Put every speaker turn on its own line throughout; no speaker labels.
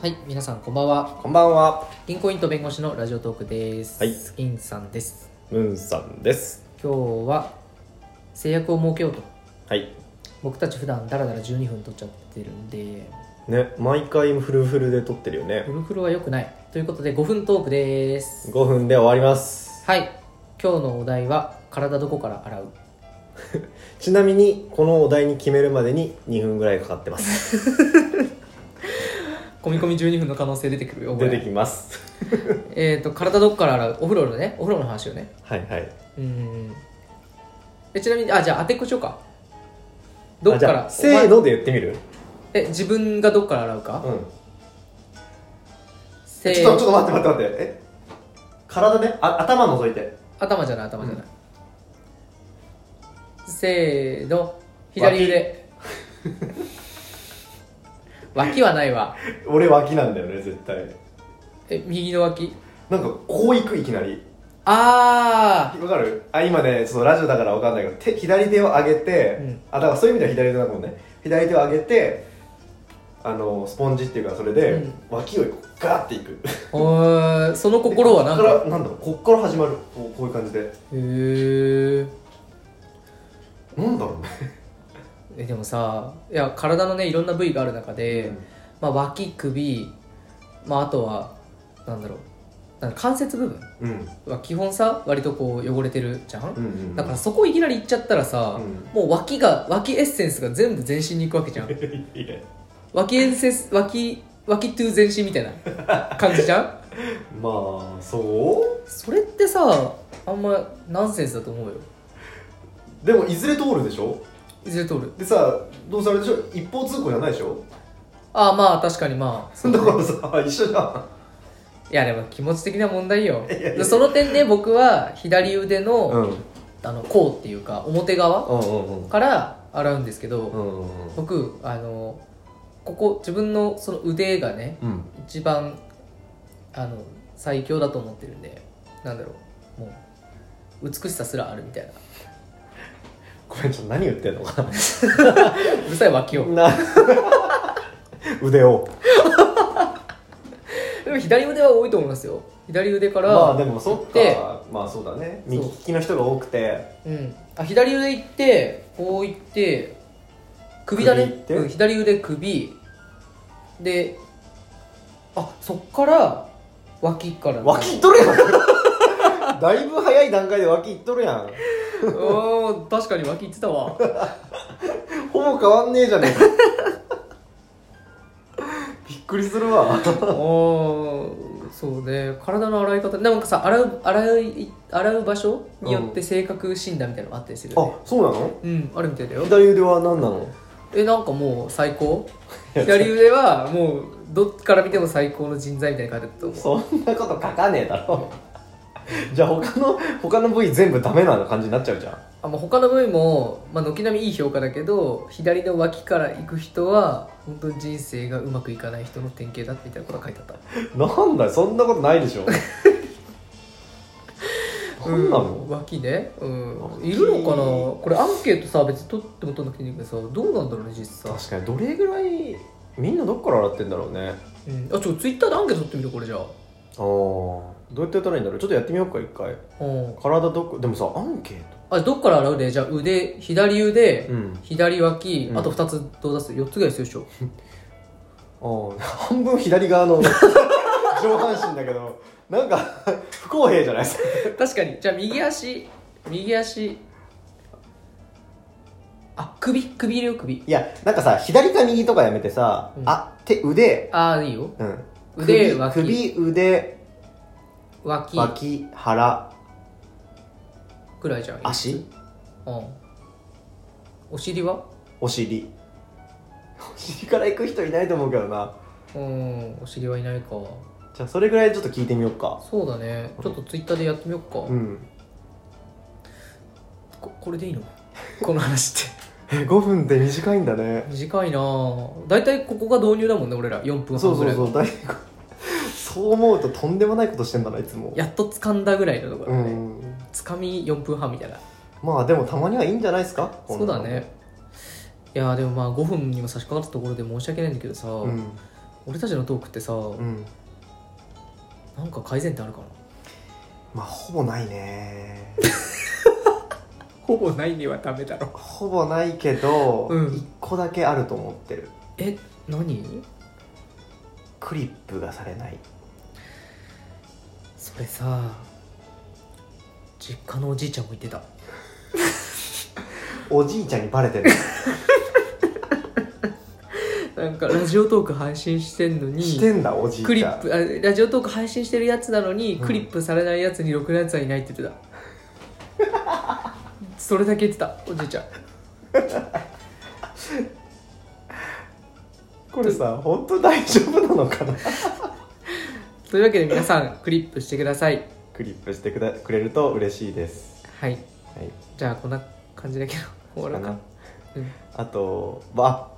はい、皆さんこんばんは。
こんばんは、
銀行員と弁護士のラジオトークです。
はい
銀さんです。
ムーンさんです。
今日は制約を設けようと。
はい。
僕たち普段ダラダラ12分取っちゃってるんで、
ね、毎回フルフルで撮ってるよね
フ。ルフルは良くない。ということで5分トークです。
5分で終わります。
はい、今日のお題は体どこから洗う
ちなみに、このお題に決めるまでに2分ぐらいかかってます。
込み込み12分の可能性出てくるよ。
出てきます。
えっ、と、体どこから洗うお風呂のね、お風呂の話よね。
はいはい。
うん。えちなみに、あ、じゃあ当てっこしようか。ど
あ
っ
じ
か
ゃ
ら
あ、せー
お前
ので言ってみる
え、自分がどっから洗うか、
うん。
せー
ちょっと、ちょっと待って待って待って。え体ね、あ、頭覗いて。
頭じゃない頭じゃない、せーの左腕脇はないわ
俺脇なんだよね、絶対。
え右の脇
なんか、こう行く、いきなり。
あ
わかるあ今ねそのラジオだからわかんないけど手左手を上げて、
うん
あだからそういう意味では左手だもんね左手を上げてあのスポンジっていうかそれで、
うん
脇をこうガーっていく
ーおーその心は何
こっ
か
からなんだろうこっから始まるこうこういう感じで
へー
なんだろうね、
えでもさいや体のねいろんな部位がある中で、まあ、脇首、まあ、あとはなんだろうなんか関節部分
うん、
は基本さ割とこう汚れてるじゃん
うんうんうん
だからそこいきなり行っちゃったらさ、
うん
もう脇が脇エッセンスが全部全身に行くわけじゃん
いや
脇エッセンス脇脇トゥ全身みたいな感じじゃ ん
まあそ
それってさあんまナンセンスだと思うよ
うでもいずれ通るでしょ
いずれ通る
でさどうせあれでしょ一方通行じゃないでしょ
ああまあ確かにまあそう
だからさ一緒じゃん
いやでも気持ち的な問題よ
いやいやいや
その点で僕は左腕の,、
うんうん
あの甲っていうか表側
うんうん
から洗うんですけど、
うんうん
僕あのここ自分のその腕がね
うん
一番あの最強だと思ってるんでなんだろうもう美しさすらあるみたいな
ごめんちょっと何言ってんのかな
うるさい脇を
な腕を
でも左腕は多いと思いますよ左腕から、
まあでもそっ
で
かまあそうだね
そう
右利きの人が多くて
うん、あ左腕行ってこう行って首だ
首行
ね
って
うん、左腕首であそっから脇から
脇いっとるやん だいぶ早い段階で脇いっとるやん
うん確かに脇行ってたわ
ほぼ変わんねえじゃ ねえかびっくりする わ
あーそうね体の洗い方でもなんかさ洗う洗い洗う場所によって性格診断みたいなのあったりするよね
あそうなの
うんあるみたいだよ
左腕は何なの
えなんかもう最高左腕はもうどっから見ても最高の人材みたいな書いてあったと思う
そんなこと書かねえだろ じゃあ他の他の部位全部ダメな感じになっちゃうじゃん
あもう他の部位も、まあ、軒並みいい評価だけど左の脇から行く人は本当に人生がうまくいかない人の典型だみたいなことが書いてあった
なんだよそんなことない でしょなんなの、
うん脇ねうん
脇
いるのかなこれアンケートさ別に取っても取んなくていいんだけどさどうなんだろうね実際、
確かにどれぐらいみんなどっから洗ってんだろうね
うん、あちょツイッターでアンケート取ってみるこれじゃあ
ああどうやってやったらいいんだろうちょっとやってみようか一回
うん
体どこでもさアンケー
あどっから洗うでじゃあ腕左腕、
トうん
左脇、
うん
あと2つどう出す4つぐらいするでしょ
ああ 半分左側の 上半身だけどなんか 不公平じゃないですか
確かにじゃあ右足右足あ首首入れよ首
いやなんかさ左か右とかやめてさ、
うん
あ手腕
ああいいよ
うん
腕
首
脇
首腕
脇
脇腹
ぐらいじゃん
足
うんお尻は
お尻 お尻から行く人いないと思うけどな
うんお尻はいないか
じゃあそれぐらいちょっと聞いてみようか
そうだねちょっとツイッターでやってみようか、
うん
ここれでいいの この話って
え5分って短いんだね
短いなあ大体ここが導入だもんね俺ら4分
そ
半
う
ぐ
そ
ら
う
い
そう大体こうそう思うととんでもないことしてんだないつも
やっと掴んだぐらいのところ
う
ね、
ん
つかみ4分半みたいな
まあでもたまにはいいんじゃないですかこん
そ
な
う
の
だねいやーでもまあ5分にも差し掛かったところで申し訳ないんだけどさ、
うん
俺たちのトークってさ、
うん
なんか改善ってあるかな
まあほぼないね
ほぼないにはダメだろ
ほぼないけど、
うん
一個だけあると思ってる
え何
クリップがされない
それさ実家のおじいちゃんも言ってた
おじいちゃんにバレてる
なんかラジオトーク配信してんのに
してんだおじいちゃん
クリップあラジオトーク配信してるやつなのに、
うん
クリップされないやつにろくなやつはいないって言ってた それだけ言ってたおじいちゃん
これさ本当大丈夫なのかな
というわけで皆さんクリップしてください
クリップしてくだくれると嬉しいです
はい
はい
じゃあこんな感じだ けど終わろう
か
か
なあとま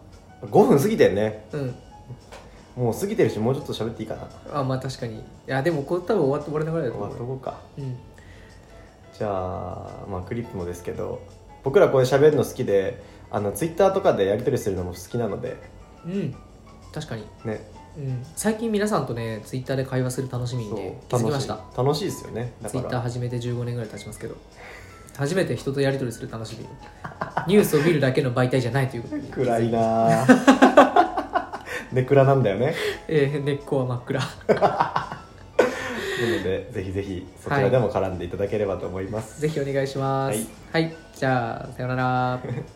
あ5分過ぎてんね
うん、うん、
もう過ぎてるしもうちょっと喋っていいかな
あまあ確かにいやでもこれ多分終わって終われながらだ
終
と
わっと
思う
こうか
うん
じゃあまあクリップもですけど僕らこれ喋るの好きであのツイッターとかでやり取りするのも好きなので
うん確かに、
ね
うん、最近皆さんとねツイッターで会話する楽しみにね気づきま
楽
し
しい
た
楽しいですよねだ
ツイ
か
ッター
ら
始めて15年ぐらい経ちますけど初めて人とやり取りする楽しみニュースを見るだけの媒体じゃないということに
暗いなぁ ね暗なんだよね
えー根っこは真っ暗
なのでぜひぜひそちらでも絡んでいただければと思います、
ぜひお願いします
はい
はい、じゃあさようなら